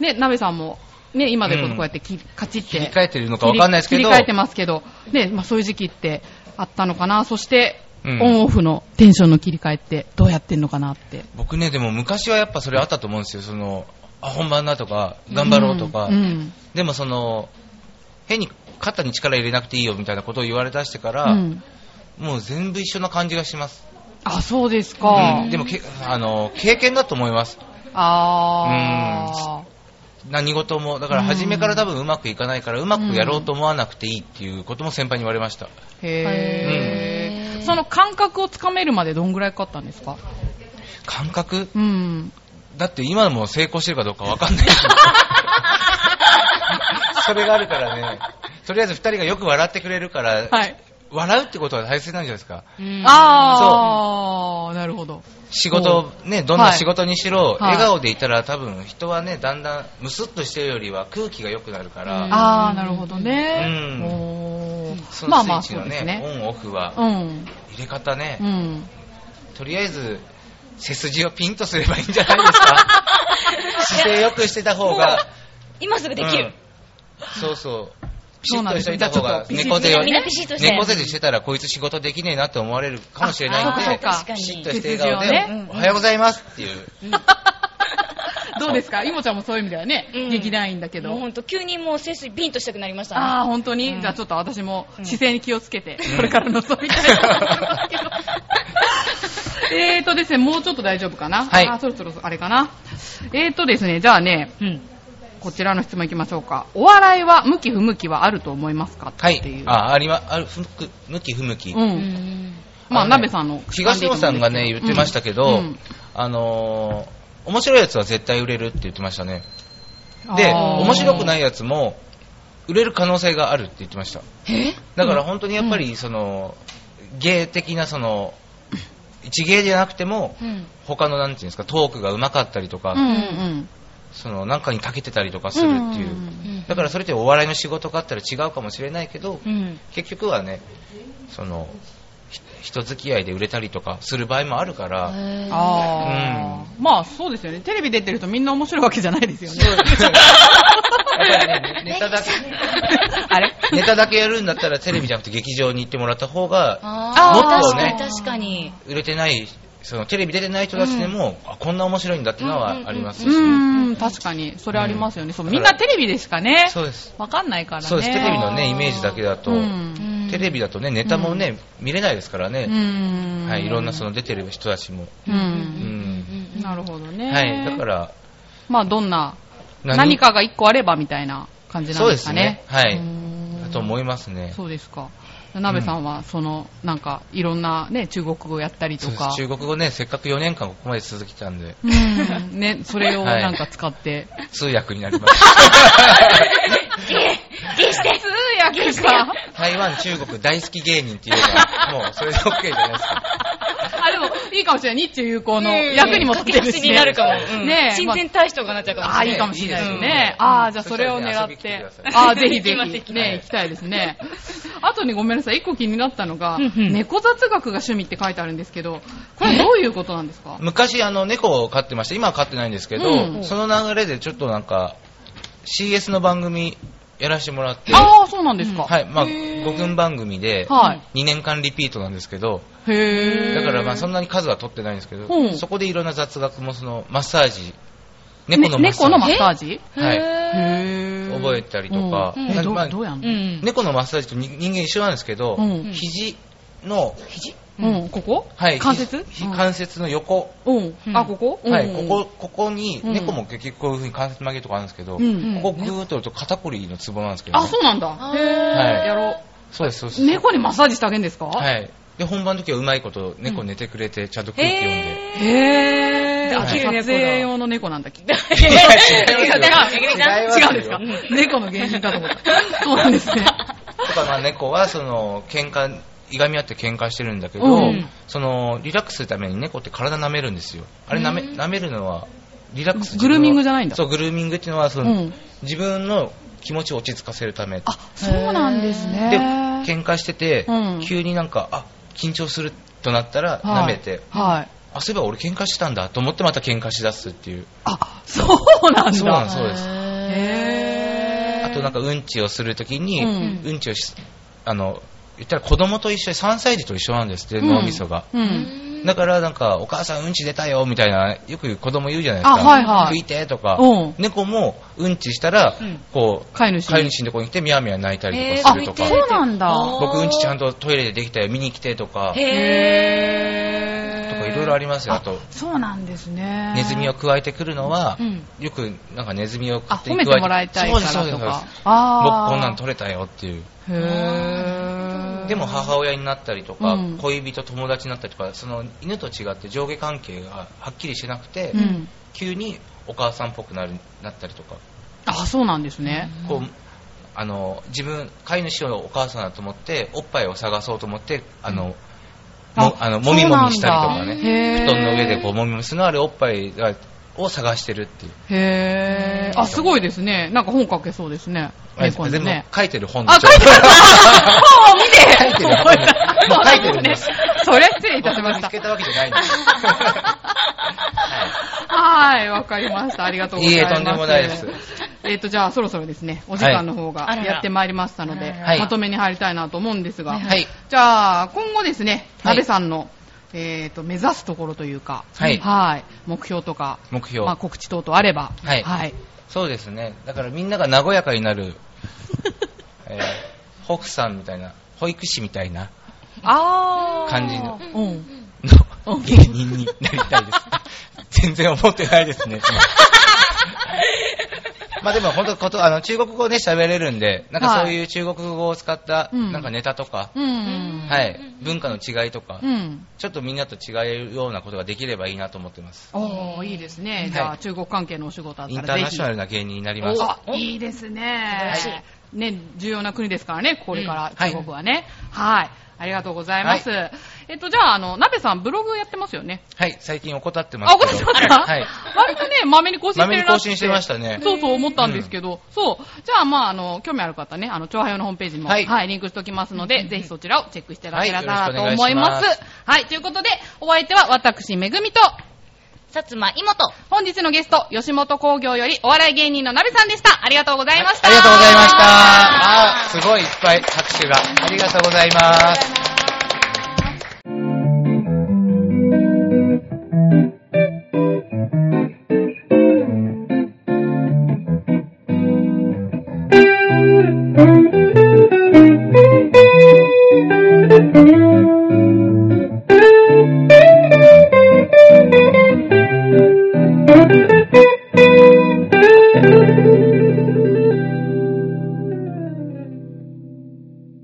ね、鍋さんも、ね、今でこそこうやってき、カチって。
切り替えてるのかわかんないですけど
切り切り替えてますけど、ね、まあそういう時期ってあったのかな。そして、
うん
オンオフのテンションの切り替えってどうやってんのかなって。
僕ね、でも昔はやっぱそれあったと思うんですよ。その、あ、本番だとか、頑張ろうとか。
うんうん
でもその、変に肩に力入れなくていいよみたいなことを言われ出してから、
うん
もう全部一緒な感じがします。
あ、そうですか。
うんでもけあの、経験だと思います。
あー。
何事も。だから初めから多分うまくいかないから、うまくやろうと思わなくていいっていうことも先輩に言われました。
へー。その感覚をつかめるまでどんぐらいかかったんですか
感覚
うん。
だって今も成功してるかどうかわ
*laughs*
かんない。それがあるからね。とりあえず二人がよく笑ってくれるから、
はい。
笑うってことは大切なんじゃないですか。
あー、なるほど。
仕事、ね、どんな仕事にし
はい
ろ、笑顔でいたら多分人はね、だんだんムスッとしてるよりは空気が良くなるから、
あー、なるほどね。
うん
おー
そ
まあ
のスイ
ま
ッ
あ、
チ
そう
の
です
ね、
ね。
オンオフは
うん。
入れ方ね、 *laughs*
うん。
とりあえず背筋をピンとすればいいんじゃないですか。
*laughs*
姿勢良くしてた方が、
今すぐできる。
うんそうそう。ピシ
そう
ッ
なん
と
で
し
す
といた方が、
じゃあちょ
猫
っとピシッと
背を
みんな
ね
ピシッとして
猫背でしてたらこいつ仕事できねえなって思われるかもしれ
*laughs* あ
な
ー
い
そ
ん
う
で、
か
確。か
ピシッ
に。
として笑顔
です
よ
で
ね、
おはようございますっていう。
どうですかイモちゃんもそういう意味ではね
うん、
劇団員だけ
もうほ
ど。
んと、急にもう背筋ピンとしたくなりましたね。
あー、本当に、
うん
じゃあちょっと私も
うん
姿勢に気をつけて、これから臨みたいと思いますけど。えーとですね、もうちょっと大丈夫かな
はい
あー、そろそろあれかなえーとですね、じゃあね、
うん。
こちらの質問いきましょうか。お笑いは向き不向きはあると思いますか
は
ってい。。
いうあ、ありま、ある、ふく向き不向き。
う。
うんん。
まあ、
のね
鍋さんの。
東野さんがね、言ってましたけど、
うん
あのー面白いやつは絶対売れるって言ってましたね。で、
あー
面白くないやつも、売れる可能性があるって言ってました。だから本当にやっぱり、その、芸的な、その、一芸じゃなくても、
うん。
他の、なんていうんですか、トークが上手かったりとか、
うんうん
その、なんかに長けてたりとかするっていう。だからそれってお笑いの仕事があったら違うかもしれないけど、
うん。
結局はね、その、ひ人付き合いで売れたりとかする場合もあるから、
う
へ
ん。
ー
ああ。まあ、そうですよね。テレビ出てるとみんな面白いわけじゃないですよね。
やっぱりねネタだけ、
あれ
ネタだけやるんだったらテレビじゃなくて劇場に行ってもらった方が、
あ
も
あ、
っと
確か
ね
に確かに。
売れてない、そのテレビ出てない人たちでも、あこんな面白いんだってのはありますし、
うん、確かに。それありますよね。そうみんなテレビでしかね、
そうです。
わかんないからね。
そうです、テレビのね、イメージだけだと、
うん。
テレビだとね、ネタもね、見れないですから
う
ね、
ん。
はい、いろんなその出てる人たちも、
う。
うんん、
なるほどね。
はい、だから、
まあ、どんな、何かが一個あればみたいな感じなんですかね。
そうですねはい
い
だと思いますね。
そうですか。なべさんは、その、なんか、いろんなね、中国語やったりと
そうです
か。
中国語ね、せっかく4年間ここまで続けたんで、
うん。ね、それを
はい
なんか使
*laughs*
って。
通訳になりました。
*laughs*
ゲして
通訳か。
台湾、中国大好き芸人って言えば、もうそれで OK じゃないですか。
*laughs* あ、でも、いいかもしれない。日中友好の
うん
役にも立ってるし、ね。
駆け橋になるかも。うん
ねえ。
親善大使とかになっちゃうかもし
ああ、
れ
い
ないい。
かもしれないですね。
うん
ああ、じゃあそれを狙
そ
っ
うです
て
ね。
ああ、ぜひぜ
行きます行
ひ。
きます
ね、行きたいですね。あとにごめんなさい、一個気になったのが、
うんうん
猫雑学が趣味って書いてあるんですけど、これどういうことなんですか
昔、あの、猫を飼ってました。今は飼ってないんですけど、
うん
その流れでちょっとなんか、CS の番組やらせてもらって、は
ああ、そうなんですか。
い、まあ、
へー
5分番組で、
はい
2年間リピートなんですけど、
へえ。
だからまあそんなに数は取ってないんですけど、
うん
そこでいろんな雑学もそのマッサージ、
ね
猫のマッサ
猫のマ
ー
ッ
ジ、
サージ
はい、
へー
覚えたりとか
うんえど
まあ
どうやんの
うん。
猫のマッサージとに人間一緒なんですけど、
うん
肘の、
うん、ここ
はい、
関節
ひひ関節の横、
うん。
うん
あ、ここ
はい、
うん
ここ、ここに、
うん
猫も結局こういう風に関節曲げとかあるんですけど、
うん
ここグーッと取ると肩こりのツボなんですけど、
あ、そうなんだ。へ
は
え。
い
やろ
そうです、そうです。
う。猫にマッサージしてあげるんですか
はい。で、本番の時はうまいこと猫寝てくれて、ちゃんと空気読んで。
できる猫だ
へぇー。撮影用の猫なんだっけ違
いや
違う
違ますよ
うんですか猫の原因かと思った。 *laughs* そうなんですね。
とか、まあ、猫はその喧嘩いがみ合って喧嘩してるんだけど、
うん
そのリラックスするために猫って体舐めるんですよあれ舐め,、舐めるのはリラックス
グルーミングじゃないんだ
そうグルーミングっていうのはそうの、
ん。
自分の気持ちを落ち着かせるためで
あ、そうなんですね。
喧嘩してて、
うん
急になんかあ緊張するとなったら
はい
舐めて、
はい。
あそういえば俺喧嘩してたんだと思ってまた喧嘩しだすっていう
あ、そうなんだ。
そうなんですそうです
へぇー。
あとなんかうんちをするときに、
う
うんん、ちをしあの言ったら子供と一緒に3歳児と一緒なんですって、
うん
脳みそが
うん。
だからなんか、お母さんうんち出たよみたいな、よく子供言うじゃないです
あ
か。
はいはい
食いてとか
うん、
猫もうんちしたら、こう、
飼い主に
飼い主のとこに来てみやみや泣いたりと
あ、
か
そ
するとか、
うなんだ。
あ
僕うんちちゃんとトイレでできたよ、見に来てとか、
へ
と
ぇー。
かいろいろありますよ。あと、
そうなんですね。
ネズミを加えてくるのは
う、ん。
よくなんかネズミを
あ、
勝手
褒
に
め
加
て
え
もらいたい
そ
か
うですそう
ら
です
と
そうです
か。あ
僕こんな
の
の取れたよっていう。
へー
でも母親になったりとか、
うん
恋人、友達になったりとか、その犬と違って上下関係がはっきりしてなくて、
うん。
急にお母さんっぽくなるなったりとか。
あ、そうなんですね。
こうあの自分飼い主をお母さんだと思っておっぱいを探そうと思ってあの、もあのもみもみしたりとかね
ね
布団の上でこうもみもみするのはあれおっぱいがを探してるっていう
へー。あ、すごいですね。なんか本書けそうですね。
あれ
猫に
全部
ね。
書いてる本
あ、書いて
*laughs*
ある本を見て
書い
*laughs*
てる本もう書いてるんです
それ失礼いたしまし
見
た
つ。けたわけじゃないんです、
*laughs*
は
はい、わかりました。ありがとうございます。
いえとんでもないです
えっと、じゃあ、そろそろですね、お時間の方が
はいあらら
やってまいりましたので、
はい
まとめに入りたいなと思うんですが、
い、はい
じゃあ、今後ですね、
はい
鍋さんの、えっと、目指すところというか、
はい
目標とか、
目標、
まあ、告知等々あれば、
はいそうですねだからみんなが和やかになる、えー、ホフさんみたいな保育士みたいな
あー。
感じの
うん。
の芸人に
*laughs*
なりたいです。全然思ってないですね。まあでも本当こと、あの、中国語ね、喋れるんで、なんか
はい
そういう中国語を使った、
うん
なんかネタとか、
うん。
はい、文化の違いとか、
うん。
ちょっとみんなと違うようなことができればいいなと思ってます。
おー、いいですね。じゃあ、中国関係のお仕事だった
イン
ら
ター
ぜ
ナ
ひ
ショ。ナルな芸人になります。
おいいですね
素晴ら。
ね、重要な国ですからね、これか
うんは
ら
い
中国はね。はい。ありがとうございます。えっと、じゃあ、あの、なべさん、ブログやってますよね。
はい、最近怠ってます
あ、
けど。
怒ってました
はい。
割とね、まめに更新してるなって
まめに更新してましたね
そうそう思ったんですけど、そう。じゃあ、まあ、あの、興味ある方ね、あの、長輩のホームページにも、は、
はいい
リンクしておきますので、ぜひそちらをチェックしていただけた
は
ら
い
と思いま
よろ
す。
しくお願いし
はい、ということで、お相手は私、めぐみと、
さつまいもと。
本日のゲスト、吉本興業よりお笑い芸人のなべさんでした。ありがとうございました。
ありがとうございました。あ、すごいいっぱい拍手が。ありがとうございます。